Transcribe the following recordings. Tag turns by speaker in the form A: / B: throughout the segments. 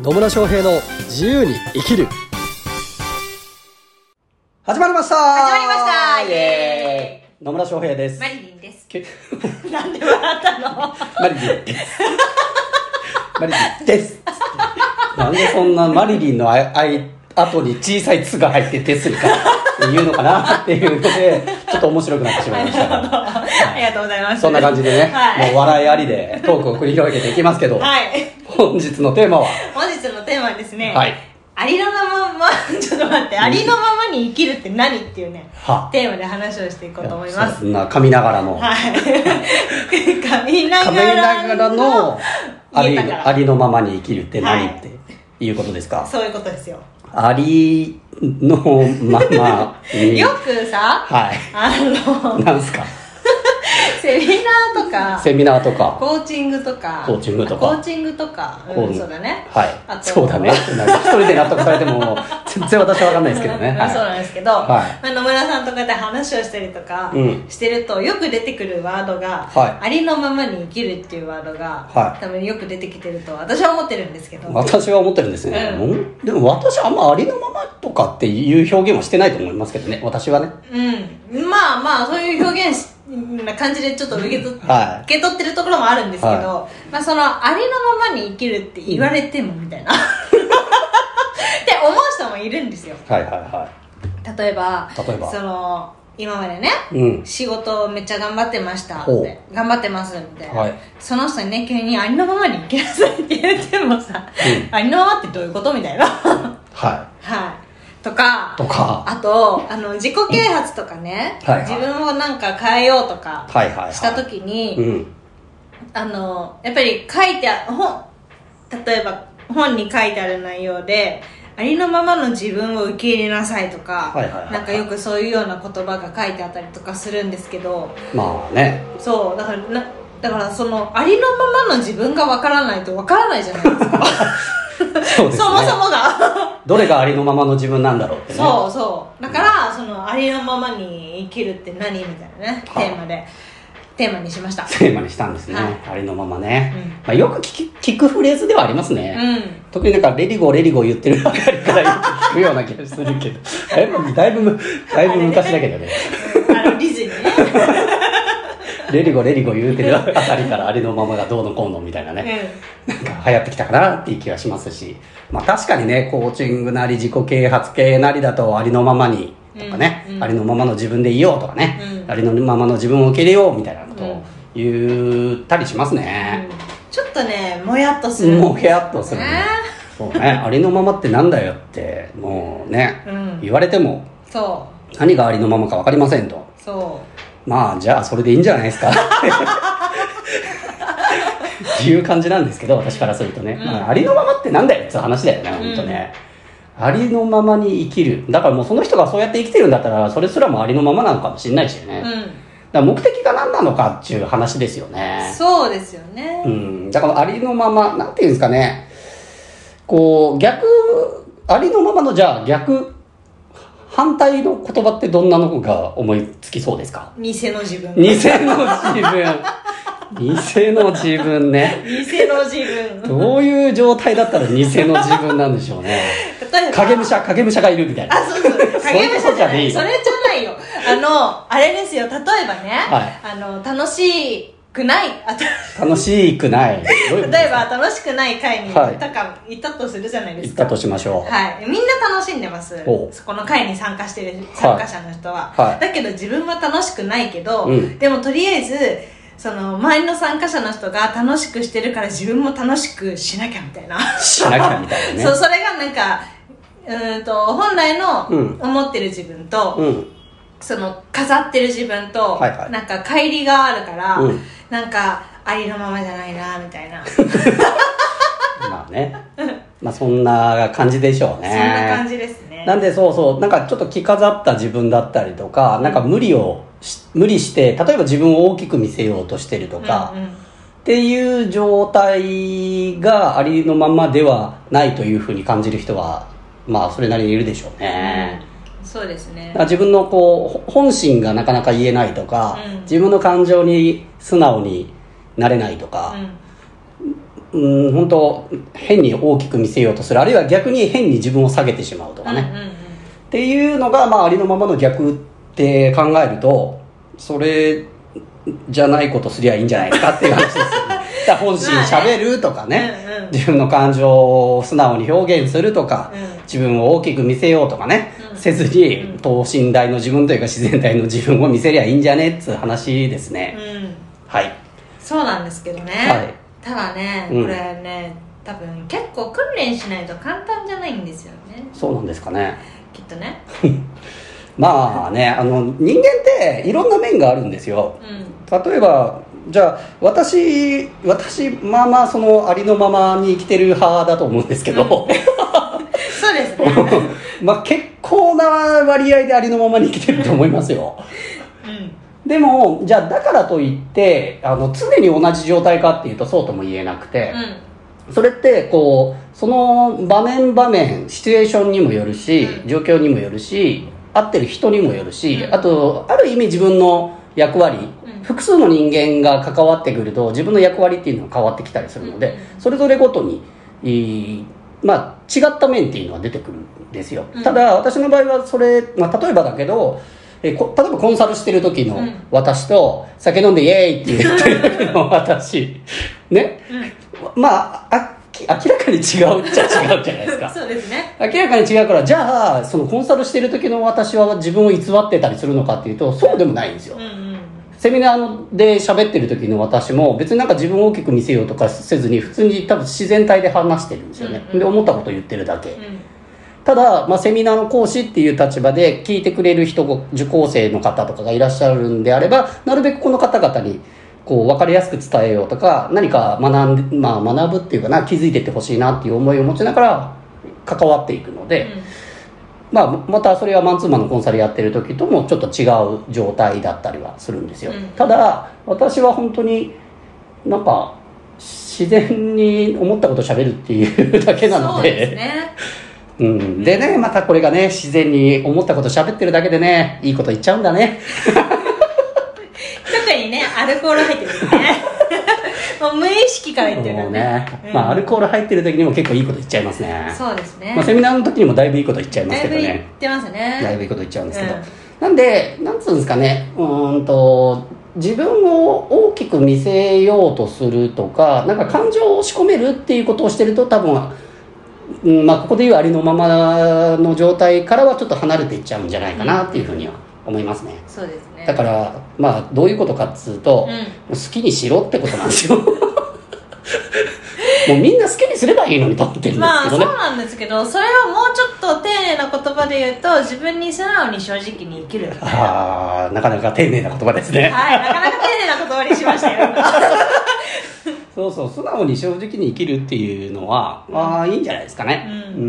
A: 野村翔平の自由に生きる始まりました
B: 始まりましたイエ
A: ーイ野村翔平です、。
B: マリリンです
A: け
B: なんで笑ったの
A: マリリンですマリリンですなんでそんなマリリンのあいあい後に小さい「つ」が入って「です」にか言うのかなっていうのでちょっと面白くなってしまいましたが
B: ありがとうございます。
A: そんな感じでね、
B: はい
A: もう笑いありでトークを繰り広げていきますけど、
B: はい。
A: 本日のテーマは
B: 本日のテーマはですね、
A: はい
B: ありのまま、ちょっと待って、ありのままに生きるって何っていうね、
A: は
B: テーマで話をしていこうと思います。
A: そんな噛みながらの、
B: はい。髪な
A: 噛み
B: がら
A: ながらのあ
B: 言え
A: り
B: たから
A: ありのままに生きるって何、
B: はい
A: っていうことですか
B: そういうことですよ。
A: ありのままに
B: よくさ、
A: はい
B: あの、
A: なんすか
B: セミナーとか、
A: セミナーとか
B: コーチングとか、
A: コーチングとか
B: コーチングとか、うん
A: こ
B: そうだね。あ
A: はい
B: と
A: そうだねなんか一人で納得されて も全然私は分かんないですけどね、
B: うん
A: はい
B: そうなんですけど、
A: はい
B: まあ、野村さんとかで話をしたりとか
A: うん
B: してると、よく出てくるワードが、
A: は
B: ありのままに生きるっていうワードが、
A: はい
B: 多分よく出てきてると私は思ってるんですけど、
A: 私は思ってるんですね、
B: うん
A: うんでも私あんまありのままとかっていう表現はしてないと思いますけどね私はね
B: うん、まあまあそういう表現しな感じでちょっと受け取っ,、
A: はい
B: 受け取ってるところもあるんですけど、
A: は
B: まあ、そのありのままに生きるって言われてもみたい な、って思う人もいるんですよ
A: はいはいは
B: 例えば
A: 例えば
B: その今までね、
A: いうん
B: 仕事めっちゃ頑張ってましたっ
A: ほう
B: て頑張ってますみたいな、
A: はい
B: その人にね急にありのままに行きなさいって言ってもさ、ありのままってどういうこと みたいなは
A: はい
B: とか
A: いとか
B: あとあの自己啓発とかね、
A: はいはい
B: 自分をなんか変えようとか
A: はいはいはい
B: した時に、
A: うん
B: あのやっぱり書いてあ本例えば本に書いてある内容でありのままの自分を受け入れなさいとか、
A: はいはいはいはい
B: なんかよくそういうような言葉が書いてあったりとかするんですけど
A: まあね
B: そうだからなだからそのありのままの自分がわからないとわからないじゃないですか
A: そうですね
B: そもそもが
A: どれがありのままの自分なんだろうってね
B: そうそうだからそのありのままに生きるって何みたいなねテ
A: はい
B: ーマでテーマにしました
A: テーマにしたんですね、
B: はい
A: ありのままね、
B: うん
A: まあ、よく聞き聞くフレーズではあります
B: う
A: ね、
B: ん
A: 特になんかレリゴーレリゴー言ってるあたりからよく聞くような気がするけ どだいぶだいぶだいぶ昔だけどね
B: あのディズニーね
A: レリゴーレリゴー言うてるあたりからありのままがどうのこうのみたいなね、なんか流行ってきたかなっていう気がしますし、まあ、確かにねコーチングなり自己啓発系なりだとありのままにとかね、
B: うんうん
A: ありのままの自分でいようとかね、
B: うん
A: ありのままの自分を受け入れようみたいなこと
B: う
A: を
B: ん
A: 言ったりします
B: うん
A: ね、
B: ちょっとねもやっとする
A: もうヘヤッとするね
B: ね
A: そうねありのままってなんだよってもうね、
B: うん
A: 言われても
B: そ
A: 何がありのままか分かりませんと
B: うそ
A: まあじゃあそれでいいんじゃない ですかっていう感じなんですけど私からするとね、
B: うん
A: まあ、ありのままってなんだよって話だよね本当ね、ありのままに生きるだからもうその人がそうやって生きてるんだったらそれすらもありのままなのかもしれないしね、
B: う、
A: だか
B: う
A: ら目的が何なのかっていう話ですよね
B: ん、そうですよね
A: うん、だからありのまま、なんていうんですかね、こう、逆、ありのままの、じゃあ逆、反対の言葉ってどんなのが思いつきそうですか
B: 偽の自分
A: 偽の自分。偽の自分ね。
B: 偽の自分
A: どういう状態だったら偽の自分なんでしょうね。
B: 例えば
A: 影武者、影武者がいるみたいな。
B: あそうそう
A: そうい
B: 影
A: う
B: 武
A: こと
B: 者
A: じ
B: じ
A: ゃ
B: ゃ
A: ね
B: な
A: えよ
B: いそれじゃないよあのあれですよ例えばね、
A: は
B: あの楽しくないあた
A: 楽しくない。どういうことで
B: 例え
A: すか
B: ば楽しくない会に行ったか、行ったとするじゃないで
A: 言っ
B: す
A: た
B: か
A: としましょう。
B: はい、みんな楽しんでます
A: おう
B: そこの会に参加してる参加者の人は、
A: はい
B: だけど自分は楽しくないけど、
A: うん
B: でもとりあえずその周りの参加者の人が楽しくしてるから自分も楽しくしなきゃみたいな、
A: しなきゃみたいな
B: そう
A: ね。
B: それがなんかうーんと本来の
A: うん
B: 思ってる自分と、
A: うん。
B: その飾ってる自分と、
A: はいはい
B: なんか乖離があるから、
A: うん
B: なんかありのままじゃないなみ たいな
A: まあね。まあそんな感じでしょう
B: そ
A: ね。
B: んな感じですね
A: なんでそうそうなんかちょっと着飾った自分だったりとかなんか無理をし無理して例えば自分を大きく見せようとしてるとか、
B: うんうん
A: っていう状態がありのままではないというふうに感じる人はまあそれなりにいるでしょうね。
B: うんそうですね
A: だから自分のこうほ本心がなかなか言えないとか、
B: うん
A: 自分の感情に素直になれないとか、
B: うん
A: うん本当変に大きく見せようとするあるいは逆に変に自分を下げてしまうとかね、
B: うんうんうん
A: っていうのが、まあ、ありのままの逆って考えるとそれじゃないことすりゃいいんじゃないかっていう話 ですよねだから本心しゃべるとかね、
B: うんうん
A: 自分の感情を素直に表現するとか、
B: うん
A: 自分を大きく見せようとかね、
B: うん
A: せずに、
B: うん
A: 等身大の自分というか自然体の自分を見せりゃいいんじゃねっつう話ですね、
B: うん
A: はい
B: そうなんですけどね、
A: はい
B: ただねこ
A: うん
B: れね、多分結構訓練しないと簡単じゃないんですよね
A: そうなんですかね
B: きっとね
A: まあねあの人間っていろんな面があるんですよ
B: うん
A: 例えばじゃあ私私まあまあそのありのままに生きてる派だと思うんですけど、
B: そうです ね
A: まあ結構な割合でありのままに生きてると思いますよ
B: うん
A: でもじゃあだからといってあの常に同じ状態かっていうとそうとも言えなくて、それってこうその場面場面シチュエーションにもよるし
B: うん
A: 状況にもよるし合ってる人にもよるし、
B: うん
A: あとある意味自分の役割、
B: うん
A: 複数の人間が関わってくると自分の役割っていうのが変わってきたりするので、
B: うん
A: それぞれごとに、えーまあ、違った面っていうのは出てくるんですよ、
B: うん
A: ただ私の場合はそれ、まあ、例えばだけどえーこ例えばコンサルしてる時の
B: うん
A: 私と、酒飲んでイエーイって言ってる時の私ね
B: うん
A: まあ、あき明らかに違うっちゃ違うじゃないです
B: うん
A: か。
B: そうですね
A: 明らかに違うから、じゃあ、そのコンサルしてる時の私は自分を偽ってたりするのかっていうと、そうでもないんですよ
B: うん。うん
A: セミナーで喋ってる時の私も、別になんか自分を大きく見せようとかせずに、普通に多分自然体で話してるんですよね
B: うん。うん
A: で、思ったこと言ってるだけ
B: う。ん
A: ただ、まあ、セミナーの講師っていう立場で聞いてくれる人ご受講生の方とかがいらっしゃるんであればなるべくこの方々にこう分かりやすく伝えようとか何か学んで、まあ、学ぶっていうかな気づいてってほしいなっていう思いを持ちながら関わっていくので、まあ、またそれはマンツーマンのコンサルやってる時ともちょっと違う状態だったりはするんですよ、
B: うん
A: ただ私は本当になんか自然に思ったこと喋るっていうだけなの
B: そうですね
A: うん、でね、またこれがね、自然に思ったこと喋ってるだけでね、いいこと言っちゃうんだね。
B: 特にねアルコール入ってるん でねもう無意識から言ってるか
A: も
B: ら
A: う
B: ね
A: ね
B: う、ん
A: まあアルコール入ってる時にも結構いいこと言っちゃいますね。
B: そうですね
A: まあセミナーの時にもだいぶいいこと言っちゃいます
B: だい
A: け
B: ぶ
A: ど
B: 言っ
A: ね。
B: てますね
A: だいぶいいこと言っちゃうんですけど。
B: うん
A: なんで、なんつうんですかね、うーんと、自分を大きく見せようとするとか、なんか感情を押し込めるっていうことをしてると多分、うんまあ、ここでいうありのままの状態からはちょっと離れていっちゃうんじゃないかなっていうふうには思いますね。
B: そうですね
A: だから、まあ、どういうことかっつうと、
B: うん
A: もう好きにしろってことなんですよ。 もうみんな好きにすればいいのにと思ってるんです
B: まあ
A: けど
B: そう
A: ね。
B: なんですけどそれをもうちょっと丁寧な言葉で言うと自分に素直に正直に生きるみたいな
A: ああ、なかなか丁寧な言葉ですね。
B: はいなかなか丁寧な言葉にしましたよ
A: そうそう、素直に正直に生きるっていうのは、まあ、いいんじゃないですかね。
B: う
A: う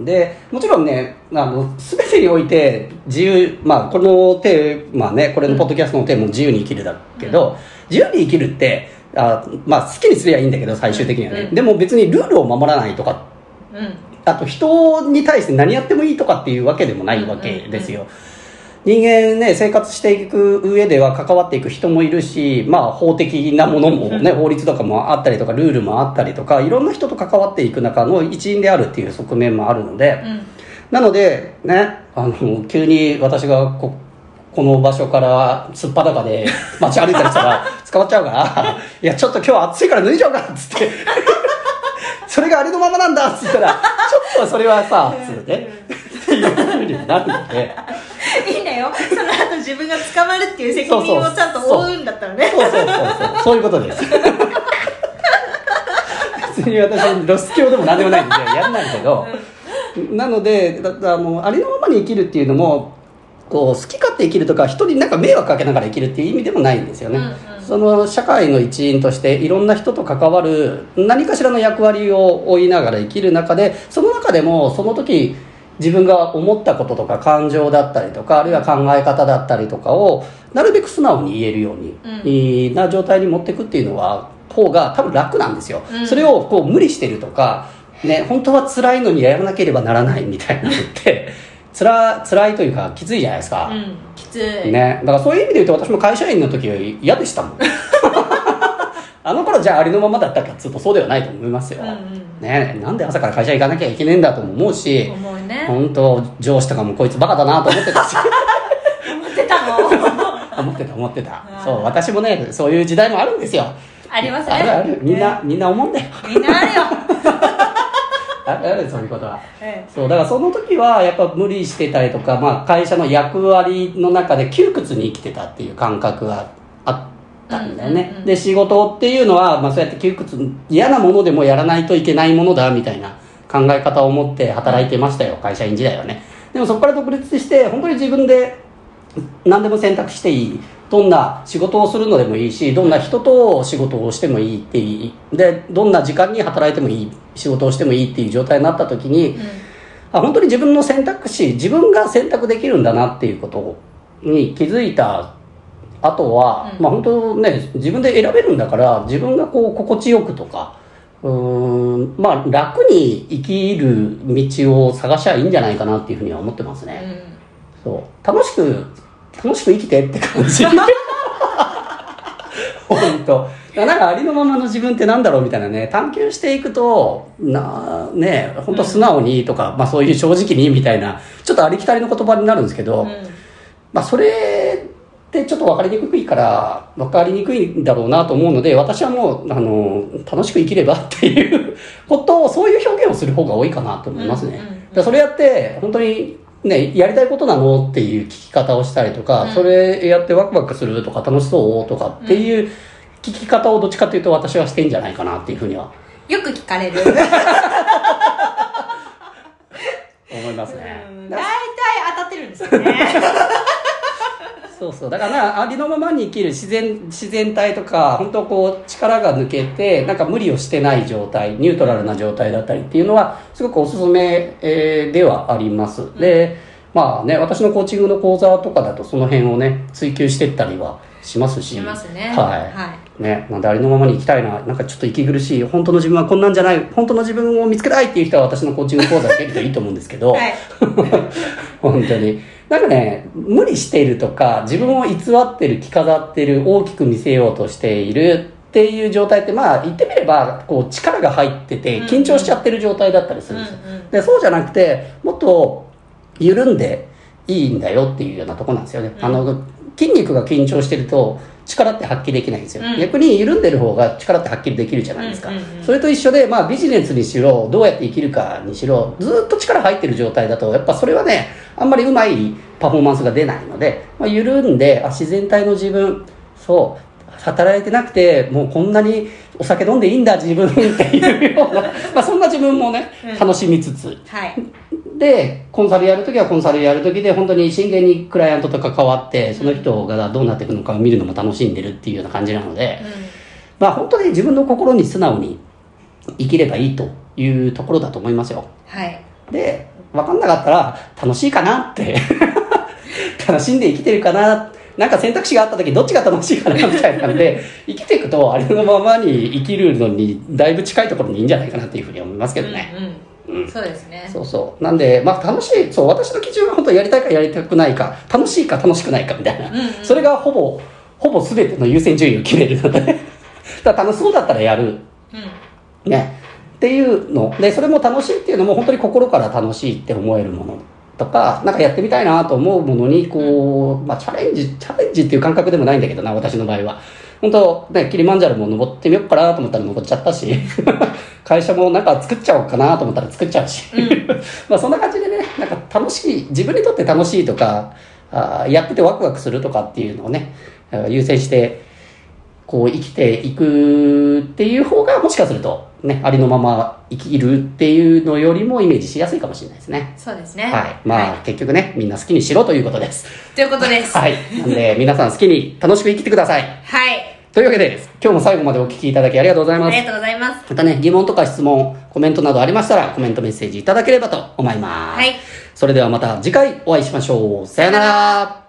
A: んで、もちろんね、あの、すべてにおいて、自由、まあ、このテーマね、これのポッドキャストのテーマも自由に生きるだけど、自由に生きるって、あまあ、好きにすればいいんだけど、最終的にはね。
B: うん
A: でも別にルールを守らないとか
B: うん
A: あと人に対して何やってもいいとかっていうわけでもないわけですよ。人間ね、生活していく上では関わっていく人もいるし、まあ法的なものもね、
B: うん
A: 法律とかもあったりとか、ルールもあったりとか、いろんな人と関わっていく中の一員であるっていう側面もあるので、
B: うん
A: なので、ね、あの、急に私がこ、この場所から突っ裸で街歩いたりしたら 捕まっちゃうから、 いや、ちょっと今日暑いから脱いじゃおうかっつって。それがあれのままなんだっつったら、ちょっとそれはさ、つってね。っていうふうにもなるので。
B: いいんだよその後自分が捕まるっていう責任をちゃんと負うんだったらね
A: そうそうそうそう。そういうことです。別に私、ロス教でも何でもないんで、やんないけど。なので、だだあの、ありのままに生きるっていうのも、こう、好き勝手生きるとか、人になんか迷惑かけながら生きるっていう意味でもないんですよね。
B: うんうん
A: その社会の一員としていろんな人と関わる何かしらの役割を負いながら生きる中でその中でもその時自分が思ったこととか感情だったりとかあるいは考え方だったりとかをなるべく素直に言えるように、
B: うん
A: いいな状態に持っていくっていうのは方が多分楽なんですよ、
B: うん
A: それをこう無理してるとか、ね、本当は辛いのにやらなければならないみたいなのって 辛辛いというかきついじゃないですか、
B: うんきつい
A: ね、だからそういう意味で言うと私も会社員の時より嫌でしたもん。あの頃じゃあありのままだったかっつうとそうではないと思いますよ、
B: うんうん
A: ねえなんで朝から会社行かなきゃいけねえんだとも思うし、
B: 思うね
A: 本当上司とかもこいつバカだなと思って たし
B: 思ってたの
A: 思ってた思ってた
B: あー
A: そう私もねそういう時代もあるんですよ
B: ありますね
A: あるあるみんな、
B: ね
A: みんな思うんだよ
B: みんなあるよ、
A: あるあるそういうことは
B: え
A: そうだからその時はやっぱ無理してたりとか、まあ、会社の役割の中で窮屈に生きてたっていう感覚があったんだよね、
B: うんうんうん
A: で仕事っていうのは、まあ、そうやって窮屈嫌なものでもやらないといけないものだみたいな考え方を持って働いてましたよ会社員時代はねでもそこから独立して本当に自分で何でも選択していいどんな仕事をするのでもいいしどんな人と仕事をしてもいいっていいでどんな時間に働いてもいい仕事をしてもいいっていう状態になった時に、
B: うん
A: あ本当に自分の選択肢自分が選択できるんだなっていうことに気づいたあとは、
B: うん
A: まあ本当ね自分で選べるんだから自分がこう心地よくとかうーんまあ楽に生きる道を探しゃいいんじゃないかなっていうふうには思ってます
B: う
A: ね、
B: ん
A: そう楽しく楽しく生きてって感じ本当だからなんかありのままの自分ってなんだろうみたいなね探求していくとなあね本当素直にとか、まあ、そういう正直にみたいなちょっとありきたりの言葉になるんですけど、
B: うん
A: まあ、それってちょっと分かりにくいから分かりにくいんだろうなと思うので私はもうあの楽しく生きればっていうことをそういう表現をする方が多いかなと思いますね。
B: うんうんうん
A: だからそれやって本当にね、やりたいことなのっていう聞き方をしたりとか、
B: うん
A: それやってワクワクするとか楽しそうとかっていう聞き方をどっちかというと私はしてんじゃないかなっていうふうには
B: よく聞かれる
A: 思いますね。
B: う
A: だ
B: ん
A: から
B: 大体当たってるんですよね
A: そうそうだからありのままに生きる自然自然体とか本当こう力が抜けてなんか無理をしてない状態ニュートラルな状態だったりっていうのはすごくおすすめ、えーではあります、でまあね私のコーチングの講座とかだとその辺をね追求してったりはしますし
B: しますね
A: はい
B: は
A: ね、なんでありのままに生きたいな、なんかちょっと息苦しい、本当の自分はこんなんじゃない、本当の自分を見つけたいっていう人は私のコーチング講座受けるといいと思うんですけ ど、
B: い、はい
A: 本当に。なんかね、無理しているとか、自分を偽ってる、着飾ってる、大きく見せようとしているっていう状態って、まあ言ってみれば、こう力が入ってて、
B: うん
A: 緊張しちゃってる状態だったりす
B: うん
A: る
B: うん
A: ですよ。で、そうじゃなくて、もっと緩んでいいんだよっていうようなとこなんですよね。
B: うん
A: あの、筋肉が緊張してると、力って発揮できないんですよ。
B: うん
A: 逆に緩んでる方が力って発揮できるじゃないですか。
B: うんうんうん
A: それと一緒で、まあビジネスにしろ、どうやって生きるかにしろ、ずーっと力入ってる状態だと、やっぱそれはね、あんまりうまいパフォーマンスが出ないので、まあ、緩んで、あ、自然体の自分、そう、働いてなくて、もうこんなにお酒飲んでいいんだ、自分っていう ような、まあそんな自分もね
B: うん、
A: 楽しみつつ、
B: はい
A: でコンサルやるときはコンサルやるときで本当に真剣にクライアントと関わってその人がどうなっていくのかを見るのも楽しんでるっていうような感じなので、まあ本当に自分の心に素直に生きればいいというところだと思いますよ
B: はい
A: で分かんなかったら楽しいかなって 楽しんで生きてるかななんか選択肢があった時どっちが楽しいかなみたいなんで生きていくとありのままに生きるのにだいぶ近いところにいいんじゃないかなっていうふうに思いますけどね、
B: うんうん、そうですね
A: そうそう。なんで、まあ楽しい、そう、私の基準は本当やりたいかやりたくないか、楽しいか楽しくないかみたいな。
B: うんうん
A: それがほぼ、ほぼ全ての優先順位を決めるので。 だから楽しそうだったらやる。
B: う
A: ね。っていうの。で、それも楽しいっていうのも本当に心から楽しいって思えるものとか、なんかやってみたいなと思うものに、こう、まあチャレンジ、チャレンジっていう感覚でもないんだけどな、私の場合は。本当ね、キリマンジャロも登ってみようかなと思ったら登っちゃったし、会社もなんか作っちゃおうかなと思ったら作っちゃうし。
B: ん、うん、
A: まあそんな感じでね、なんか楽しい、自分にとって楽しいとか、あーやっててワクワクするとかっていうのをね、あー優先して、こう生きていくっていう方が、もしかすると、ね、ありのまま生きるっていうのよりもイメージしやすいかもしれないですね。
B: そうですね
A: はい。まあ、
B: は
A: 結局ね、みんな好きにしろということです。
B: いということです
A: はい。なんで、皆さん好きに楽しく生きてください。
B: はい
A: というわけで、今日も最後までお聞きいただきありがとうござい
B: あ
A: ます
B: り。がとうございます
A: またね、疑問とか質問、コメントなどありましたら、コメントメッセージいただければと思います。
B: はい
A: それではまた次回お会いしましょう。さよなら。